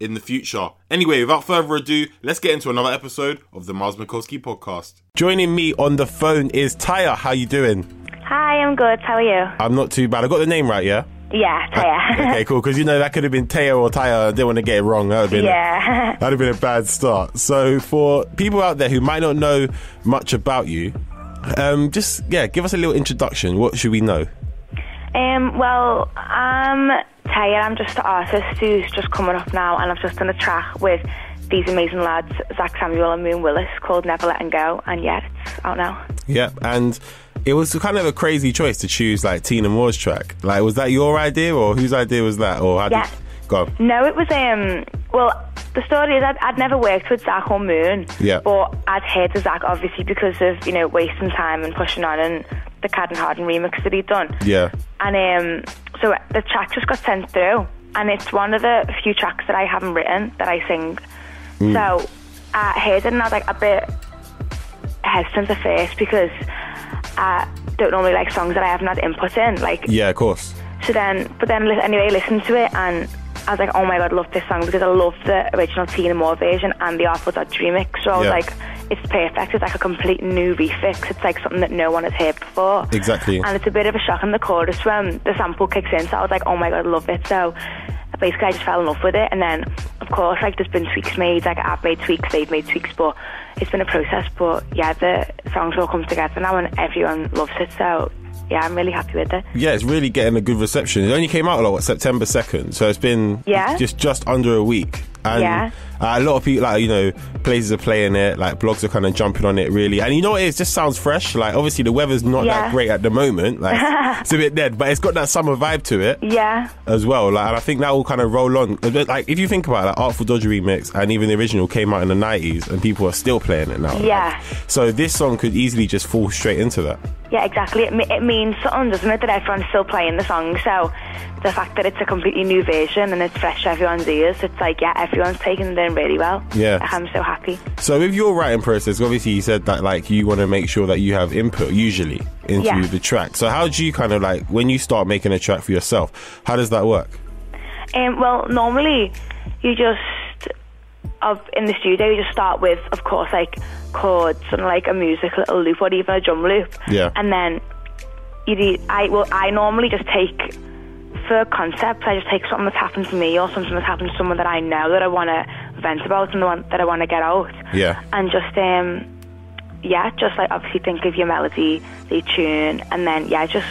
in the future. Anyway, without further ado, let's get into another episode of the Mars Mikulski podcast. Joining me on the phone is Taya. How you doing? Hi, I'm good. How are you? I'm not too bad. I got the name right, yeah? Yeah, Taya. Okay, cool. Because you know that could have been Taya or Taya. I didn't want to get it wrong. That would have been yeah. that'd have been a bad start. So for people out there who might not know much about you, um, just yeah, give us a little introduction. What should we know? Um, well, I'm Taya. I'm just an artist who's just coming up now, and I've just done a track with these amazing lads, Zach Samuel and Moon Willis, called Never Letting Go, and yeah, it's out now. Yeah, and it was kind of a crazy choice to choose like Tina Moore's track. Like, was that your idea or whose idea was that? Or how Yeah. did go? On. No, it was um. Well, the story is I'd, I'd never worked with Zach or Moon. Yeah. But I'd heard of Zach obviously because of you know wasting time and pushing on and the Cad and Harden remix that he'd done. Yeah. And um, so the track just got sent through, and it's one of the few tracks that I haven't written that I sing. So I heard it and I was like a bit hesitant at first because I don't normally like songs that I haven't had input in. Like Yeah, of course. so then, but then li- anyway, I listened to it and I was like, oh my god, I love this song because I love the original Tina Moore version and the Awful Dodge remix. So I was Yeah. like, it's perfect. It's like a complete new refix. It's like something that no one has heard before. Exactly. And it's a bit of a shock in the chorus when the sample kicks in. So I was like, oh my god, I love it. So basically, I just fell in love with it. And then, of course, like there's been tweaks made. Like I've made tweaks, they've made tweaks, but it's been a process. But yeah, the songs all come together now and everyone loves it. So yeah, I'm really happy with it. Yeah, it's really getting a good reception. It only came out like what September second, so it's been Yeah. just just under a week. And Yeah. uh, a lot of people, like you know, places are playing it. Like blogs are kind of jumping on it, really. And you know what? It is? It just sounds fresh. Like obviously the weather's not that Yeah. great at the moment. Like it's a bit dead, but it's got that summer vibe to it. Yeah. as well. Like, and I think that will kind of roll on. A bit Like, if you think about it, like, Artful Dodger remix and even the original came out in the '90s, and people are still playing it now. Yeah. So this song could easily just fall straight into that. Yeah, exactly. It, me- it means something, doesn't it, that everyone's still playing the song? So the fact that it's a completely new version and it's fresh to everyone's ears, it's like, yeah, everyone's taking it in really well. Yeah. Like, I'm so happy. So with your writing process, obviously you said that like you want to make sure that you have input usually into Yeah. the track. So how do you kind of like when you start making a track for yourself? How does that work? Um, well, normally you just, of in the studio, you just start with, of course, like chords and like a music little loop or even a drum loop. Yeah. And then you do, I well, I normally just take for concepts. I just take something that's happened to me or something that's happened to someone that I know that I want to vent about and the one that I want to get out. Yeah. And just um, yeah, just like obviously think of your melody, the tune, and then yeah, just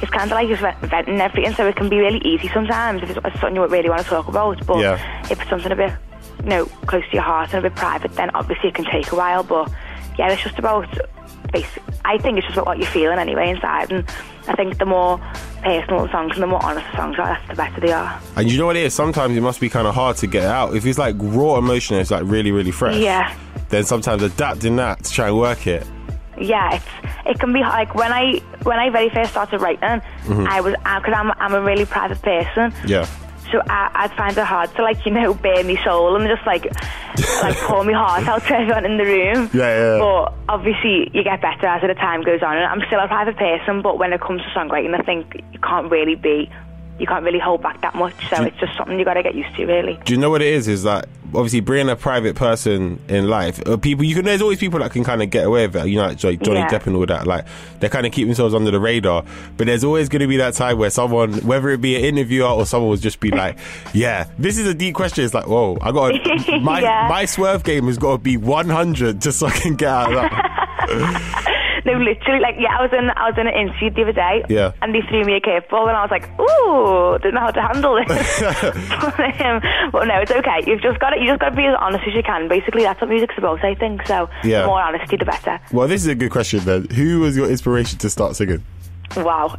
it's kind of like just vent- venting everything. So it can be really easy sometimes if it's it's something you really want to talk about. But Yeah. if it's something a bit you know close to your heart and a bit private, then obviously it can take a while. But yeah, it's just about basic. I think it's just about what you're feeling anyway inside, and I think the more personal the songs and the more honest the songs are, that's the better they are. And you know what it is? Sometimes it must be kind of hard to get it out. If it's like raw emotion, it's like really really fresh. Yeah. Then sometimes adapting that to try and work it. yeah, it's it can be like when I when I very first started writing, I was because I'm I'm a really private person. Yeah. So I, I'd find it hard to like you know bare my soul and just like like pour my heart out to everyone in the room. Yeah, yeah, yeah. But obviously you get better as the time goes on. And I'm still a private person, but when it comes to songwriting, I think you can't really be. You can't really hold back that much, so it's just something you got to get used to, really. Do you know what it is? Is that obviously being a private person in life, uh, people you can there's always people that can kind of get away with it. You know, like Jo- Johnny Yeah. Depp and all that. Like they kind of keep themselves under the radar. But there's always going to be that time where someone, whether it be an interviewer or someone, will just be like, "Yeah, this is a deep question." It's like, "Whoa, I got to my Yeah. my swerve game has got to be 100 just so I can get out of that." No, literally, like yeah, I was in I was in an interview the other day, Yeah. and they threw me a curveball, and I was like, ooh, didn't know how to handle this. but, um, but no, it's okay. You've just got to you just got to be as honest as you can. Basically, that's what music's about, I think. So Yeah. the more honesty, the better. well, this is a good question then. Who was your inspiration to start singing? Wow.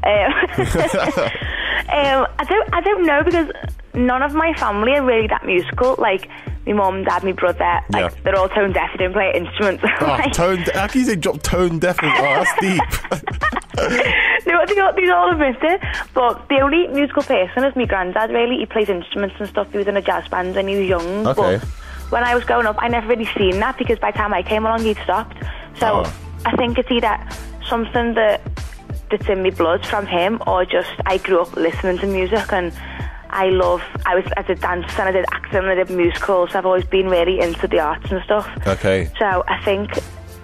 Um, um, I don't I don't know because none of my family are really that musical. Like my mum, dad, my brother, like Yeah. they're all tone deaf. They don't play instruments. Oh, Like, tone. How can you say drop tone deaf? Oh, that's deep. No, I think all- these all admit it. But the only musical person is my granddad, really. He plays instruments and stuff. He was in a jazz band when he was young. Okay. But when I was growing up, I never really seen that because by the time I came along, he'd stopped. So Oh. I think it's either something that that's in my blood from him or just I grew up listening to music and I love, I was, I did dance and I did acting and I did musicals. I've always been really into the arts and stuff. Okay. So I think,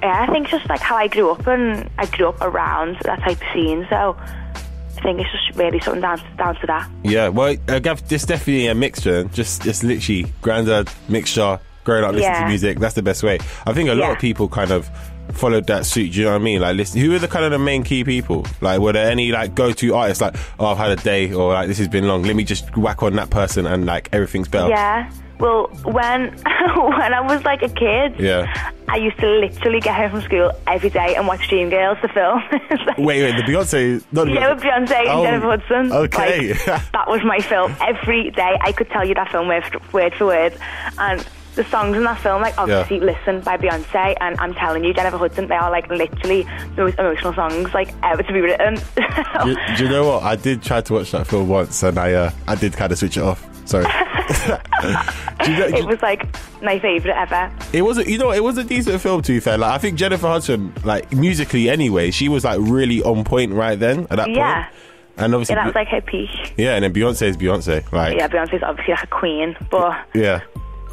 yeah, I think just like how I grew up and I grew up around that type of scene. So I think it's just really something down to, down to that. Yeah, well, uh, Gav, it's definitely a mixture. Just, it's literally granddad mixture. Growing up, listening to Yeah. music. That's the best way. I think a lot Yeah. of people kind of followed that suit. Do you know what I mean? Like, listen, who are the kind of the main key people? Like, were there any like go-to artists? Like, oh, I've had a day, or like this has been long. Let me just whack on that person, and like everything's better. Yeah. Well, when when I was like a kid, Yeah. I used to literally get home from school every day and watch Dreamgirls, the film. It's like- Wait, wait, the Beyonce, not the Yeah, with Beyonce and Oh, Jennifer Hudson. Okay. Like, that was my film. Every day I could tell you that film word for word. For word. And the songs in that film, like obviously Listen by Beyonce and I'm telling you, Jennifer Hudson, they are like literally the most emotional songs like ever to be written. do, do you know what? I did try to watch that film once, and I, uh, I did kind of switch it off. Sorry. do you know, it was like my favourite ever. It was, a, you know, it was a decent film. To be fair, like I think Jennifer Hudson, like musically anyway, she was like really on point right then at that Yeah. point. And obviously, Yeah, that was like her peak. yeah, and then Beyonce is Beyonce, like Yeah, Beyonce's obviously like a queen, but yeah,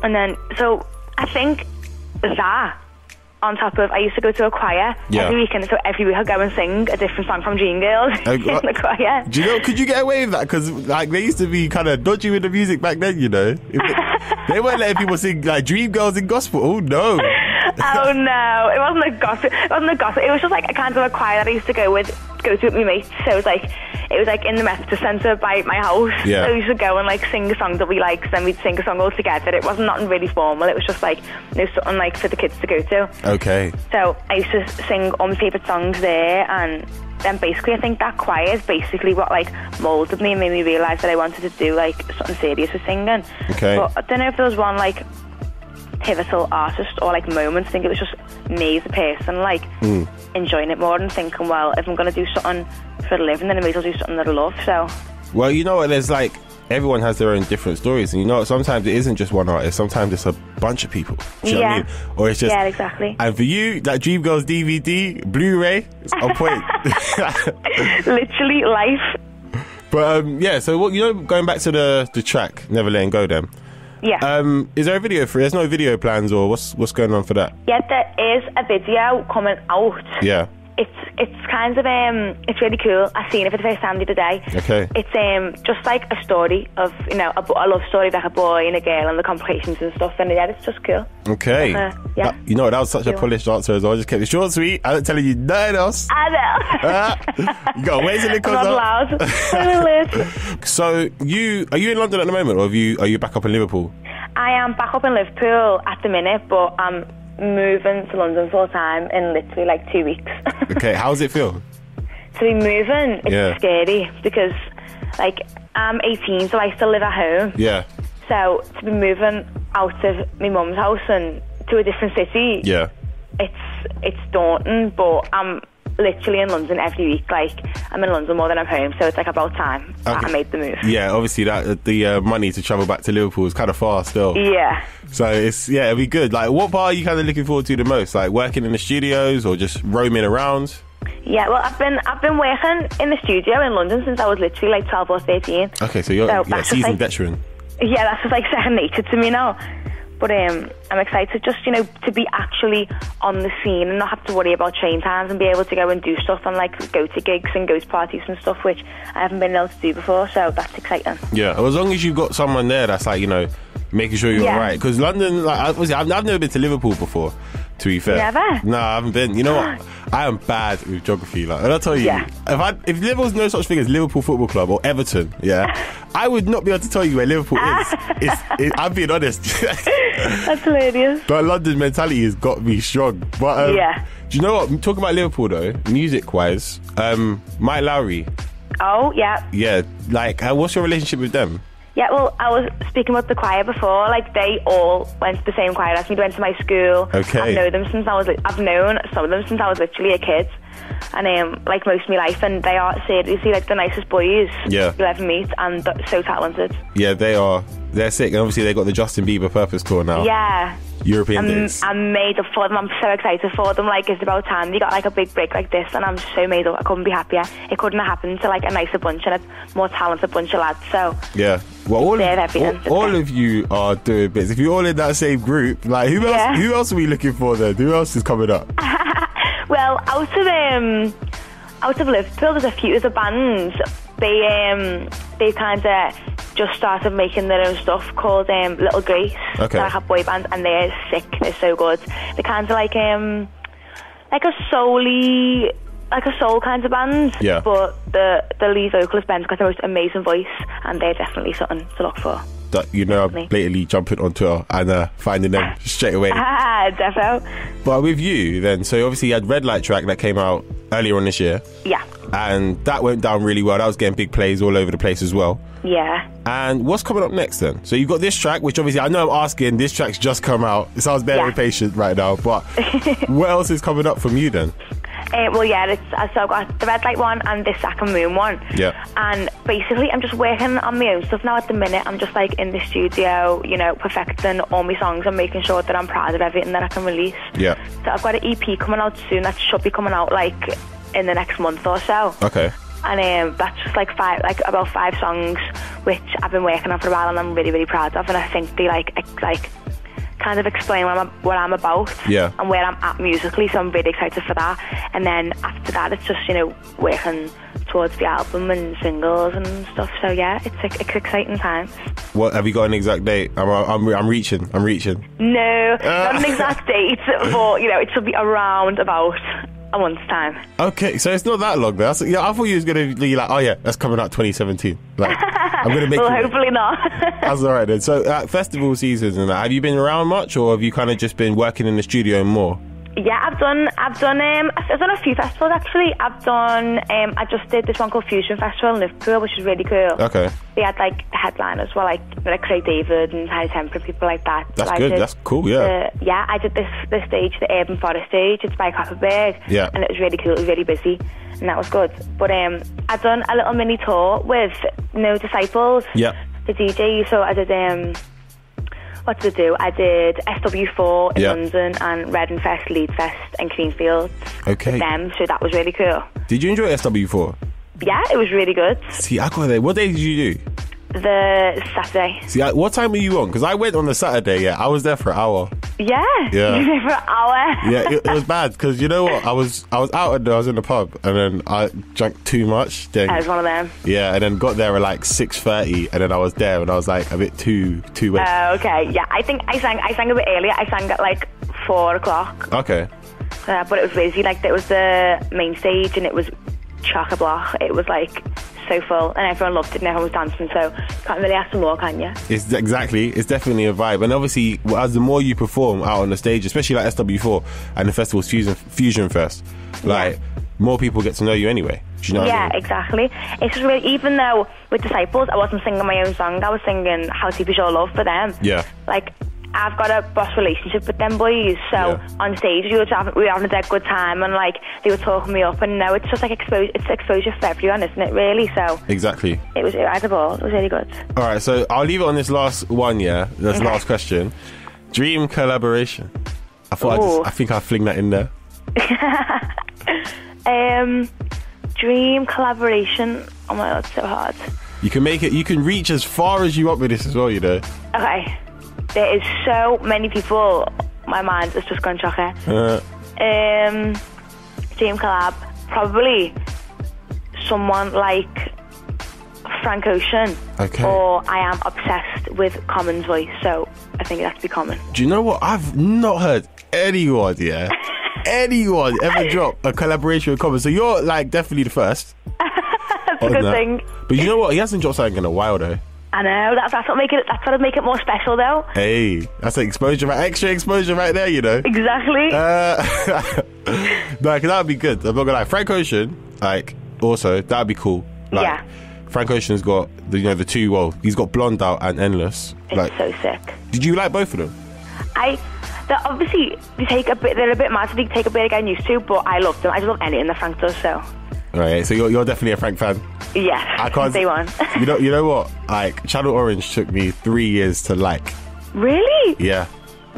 And then, so I think that, on top of, I used to go to a choir Yeah. every weekend, so every week I'd go and sing a different song from Dream Girls Oh, in God. the choir. Do you know? Could you get away with that? Because like they used to be kind of dodgy with the music back then, you know. If they, they weren't letting people sing like Dream Girls in gospel. Oh no, oh no, it wasn't a gossip. It wasn't a gossip. It was just like a kind of a choir that I used to go with, go to with my mates. So it was like, it was like in the Methodist Centre by my house. Yeah. So we used to go and like sing a song that we liked, then we'd sing a song all together. It wasn't nothing really formal. It was just like, it was something like for the kids to go to. okay, So I used to sing all my favourite songs there, and then basically I think that choir is basically what like moulded me and made me realise that I wanted to do like something serious with singing. Okay. But I don't know if there was one like pivotal artist or like moment. I think it was just me as a person like enjoying it more and thinking, well, if I'm gonna do something for a living, then I may as well do something that I love. So Well, you know what? There's like everyone has their own different stories, and you know what? sometimes it isn't just one artist. Sometimes it's a bunch of people. Do you know Yeah. what I mean? Or it's just Yeah, exactly. And for you, that Dream Girls DVD, Blu-ray, it's on point. literally life. but um, yeah, so what you know? Going back to the the track, never letting go. Then, Yeah. um, is there a video for? it? There's no video plans, or what's what's going on for that? yeah, there is a video coming out. Yeah. It's it's kind of um it's really cool. I've seen it for the first time the other day. Okay. It's um just like a story of you know a, bo- a love story like a boy and a girl and the complications and stuff. And yeah, it's just cool. Okay. Uh, yeah. That- you know, that was such a polished answer as well. I just kept it short, and sweet. I'm not telling you nothing else. I know. Ah, you got to wait till it I'm comes not out. allowed. Spoilers. So you are you in London at the moment, or have you are you back up in Liverpool? I am back up in Liverpool at the minute, but I'm moving to London full time in literally like two weeks. Okay, how's it feel? to be moving, it's Yeah. scary because like I'm 18, so I still live at home. Yeah, So to be moving out of my mum's house and to a different city, yeah, it's it's daunting. But I'm literally in London every week. Like I'm in London more than I'm home, so it's like about time that Okay. I made the move. Yeah, obviously that the uh, money to travel back to Liverpool is kind of far still. Yeah. So it's yeah, it'll be good. Like, what part are you kind of looking forward to the most? Like working in the studios or just roaming around? Yeah, well, I've been I've been working in the studio in London since I was literally like 12 or 13. Okay, so you're So yeah, that's just seasoned like- veteran. Yeah, that's just like second nature to me now. But um, I'm excited just you know to be actually on the scene and not have to worry about train times and be able to go and do stuff and like go to gigs and go to parties and stuff which I haven't been able to do before. So that's exciting. Yeah, as long as you've got someone there that's like you know making sure you're Yeah. right. Because London, like I- obviously, I've, I've never been to Liverpool before. To be fair, Never? No, I haven't been. You know what? I am bad with geography. Like, and I'll tell you, Yeah. if I if there was no such thing as Liverpool Football Club or Everton, yeah, I would not be able to tell you where Liverpool is. It's, it, I'm being honest. That's hilarious. But London mentality has got me strong. But um, Yeah. do you know what? Talking about Liverpool though, music wise, um, Mike Lowry, Oh yeah, yeah, like, uh, what's your relationship with them? yeah. Well, I was speaking with the choir before. Like they all went to the same choir as me. They went to my school. Okay. I've known them since I was. li- I've known some of them since I was literally a kid, and um, like most of my life. And they are seriously like the nicest boys Yeah. you'll ever meet, and th- so talented. Yeah, they are. They're sick, and obviously they got the Justin Bieber Purpose Tour now. Yeah. Um, European I'm, dates. I'm made up for them. I'm so excited for them. Like it's about time they got like a big break like this, and I'm so made up. I couldn't be happier. It couldn't have happened to like a nicer bunch and a more talented bunch of lads. So yeah. Well, all They're of, happy all, and all success. of you are doing bits. If you're all in that same group, like who else? Yeah. Ah, Who else are we looking for then? Who else is coming up? Well, out of um, out of Liverpool, there's a few of the bands. They um, they kind of just started making their own stuff called um, Little Grace. Okay. They're like a boy band, and they're sick. They're so good. They're kind of like um, like a souly. Like a soul kind of band, Yeah. but the the lead vocalist Ben's got the most amazing voice, and they're definitely something to look for. That you know, I'm blatantly jumping on Twitter and uh, finding them straight away. Ah, defo, But with you then, so obviously you had Red Light track that came out earlier on this year, yeah, and that went down really well. That was getting big plays all over the place as well. yeah. And what's coming up next then? So you've got this track, which obviously I know I'm asking. This track's just come out. It sounds very Yeah. impatient right now, but what else is coming up from you then? Uh, well, yeah, it's, uh, so I've got the red light one and the second moon one. Yeah. And basically, I'm just working on my own stuff now at the minute. I'm just like in the studio, you know, perfecting all my songs and making sure that I'm proud of everything that I can release. Yeah. So I've got an EP coming out soon that should be coming out like in the next month or so. Okay. And um, that's just like five, like about five songs, which I've been working on for a while, and I'm really, really proud of. And I think they like, ex- like, kind of explain what I'm, what I'm about Yeah. and where I'm at musically. So I'm really excited for that. And then after that, it's just you know working towards the album and singles and stuff. So yeah, it's ex- it's exciting times. What have you got an exact date? I'm I'm, I'm reaching. I'm reaching. No, not an exact date, but you know it should be around about a month's time. Okay, so it's not that long. That's yeah. I thought you was gonna be like, oh yeah, that's coming out 2017. Like I'm gonna make. well, you wait. hopefully not. That's all right then. So uh, festival seasons and that. Have you been around much, or have you kind of just been working in the studio more? Yeah, I've done. I've done. Um, I've done a few festivals actually. I've done. Um, I just did this one called Fusion Festival in Liverpool, which is really cool. Okay, They had like headliners, well, like like Craig David and Harry Temper, people like that. that's So I good. did That's cool. Yeah. the- yeah, I did this this stage, the Urban Forest stage. It's by Copperberg. Yeah. And it was really cool. It was really busy, and that was good. But um, I done a little mini tour with No Disciples. Yeah. The DJ. So I did um. What did I do? I did SW4 in Yeah. London and Reading Fest, Leeds Fest, and Creamfield. Okay. Them, so that was really cool. Did you enjoy SW4? Yeah, it was really good. See, I got there. What day did you do? The Saturday. See, I, what time were you on? Because I went on the Saturday. Yeah, I was there for an hour. Yeah. Yeah. You were there for an hour. Yeah, it, it was bad because you know what? I was I was out and I was in the pub and then I drank too much. Then I was one of them. yeah, and then got there at like six thirty, and then I was there and I was like a bit too too wet. Oh, okay. Yeah, I think I sang. I sang a bit earlier. I sang at like four o'clock, okay, uh, but it was busy. Like it was the main stage, and it was chock a block. It was like so full, and everyone loved it, and everyone was dancing. So can't really ask for more, can you? it's exactly it's definitely a vibe, and obviously well, as the more you perform out on the stage, especially like SW4 and the festival's Fusion Fusion Fest, like more people get to know you anyway. Do you know? Yeah, what I mean? exactly. It's just really, even though with Disciples, I wasn't singing my own song. I was singing "How Deep Is Your Love" for them. Yeah. Like I've got a boss relationship with them boys, so Yeah. on stage we were, having, we were having a dead good time, and like they were talking me up, and now it's just like expo- it's exposure for everyone, isn't it? Really, so Exactly. it was I had a ball. It was really good. All right, so I'll leave it on this last one. Yeah, this Okay. last question. Dream collaboration. I thought I, Ooh. just, I think I fling that in there. Um, dream collaboration. Oh my god, so hard. You can make it. You can reach as far as you want with this as well. You know. Okay, there is so many people. My mind is just gone chocker. Uh, Um, dream collab, probably someone like Frank Ocean. Okay. Or I am obsessed with Common's voice, so I think it has to be Common. do you know what? I've not heard anyone. Yeah. Anyone ever drop a collaboration with Common? So you're like definitely the first. That's a good thing. But you know what? He hasn't dropped something in a while though. I know that, that's what make it. That's what make it more special, though. Hey, that's exposure, right? Extra exposure right there. You know. Exactly. Uh, no, 'cause that would be good. I'm not gonna lie. Frank Ocean, like, also that would be cool. Like, Yeah. Frank Ocean's got the, you know the two. Well, he's got Blonde Out and Endless. it's like, so sick. did you like both of them? I. They're obviously, they take a bit. They're a bit mad. so They take a bit of getting used to, but I love them. I just love anything that Frank does. So, All right, so you're, you're definitely a Frank fan. yes, I can't. Day one. you know, you know what? Like, Channel Orange took me three years to like. really? Yeah.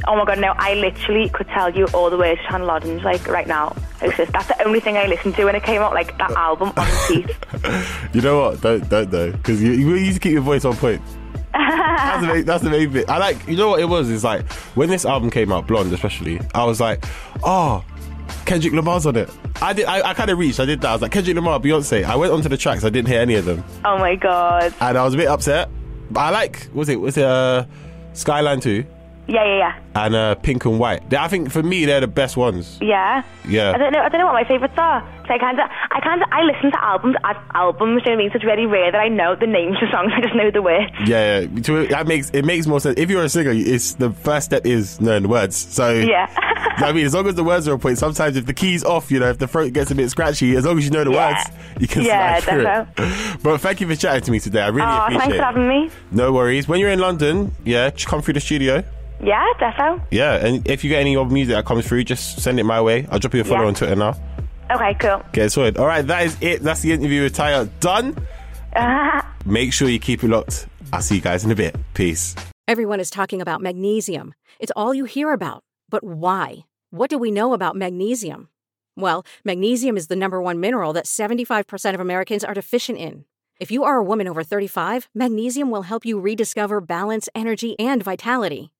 Oh my god, no, I literally could tell you all the words to Hannah Lodden's like right now. It's just, that's the only thing I listened to when it came out, like that Uh. album on repeat. You know what? Don't don't though, because you, you need to keep your voice on point. that's, the main, that's the main bit. I like. You know what it was? It's like when this album came out, Blonde especially. I was like, oh, Kendrick Lamar's on it. I did. I, I kind of reached. I did that. I was like Kendrick Lamar, Beyonce. I went onto the tracks. I didn't hear any of them, Oh my god. and I was a bit upset. But I like. what Was it? Was it uh, Skyline Two Yeah, yeah, and uh, Pink and White? They- I think for me they're the best ones. yeah. Yeah. Yeah. I don't know I don't know what my favourites are. So I kinda I kinda I listen to albums as albums, do you know what I mean? So it's really rare that I know the names of songs, I just know the words. Yeah, yeah. To- that makes it makes more sense. If you're a singer, it's the first step is knowing the words. So Yeah. I mean, as long as the words are on point, sometimes if the key's off, you know, if the throat gets a bit scratchy, as long as you know the Yeah. words, you can Yeah, slide through it. But thank you for chatting to me today. I really Aw, appreciate Oh, thanks it. for having me. No worries. When you're in London, yeah, just come through the studio. Yeah, defo. Yeah, and if you get any of music that comes through, just send it my way. I'll drop you a follow Yeah. on Twitter now. Okay, cool. Get it sorted. All right, that is it. That's the interview with Tyler done. Make sure you keep it locked. I'll see you guys in a bit. Peace. Everyone is talking about magnesium. It's all you hear about. But why? What do we know about magnesium? Well, magnesium is the number one mineral that 75% of Americans are deficient in. If you are a woman over 35, magnesium will help you rediscover balance, energy, and vitality.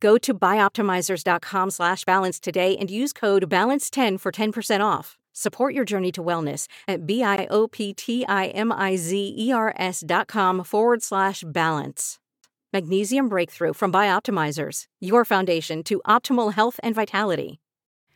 Go to bioptimizers.com slash balance today and use code BALANCE10 for 10% off. Support your journey to wellness at B-I-O-P-T-I-M-I-Z-E-R-S E dot com forward slash balance. Magnesium Breakthrough from Bioptimizers, your foundation to optimal health and vitality.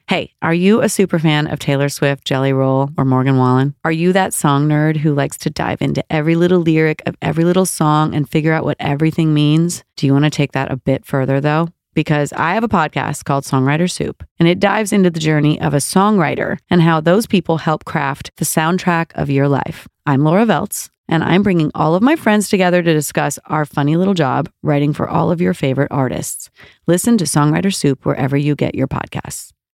Hey, are you a super fan of Taylor Swift, Jelly Roll, or Morgan Wallen? Are you that song nerd who likes to dive into every little lyric of every little song and figure out what everything means? Do you want to take that a bit further, though? Because I have a podcast called Songwriter Soup, and it dives into the journey of a songwriter and how those people help craft the soundtrack of your life. I'm Laura Veltz, and I'm bringing all of my friends together to discuss our funny little job writing for all of your favorite artists. Listen to Songwriter Soup wherever you get your podcasts.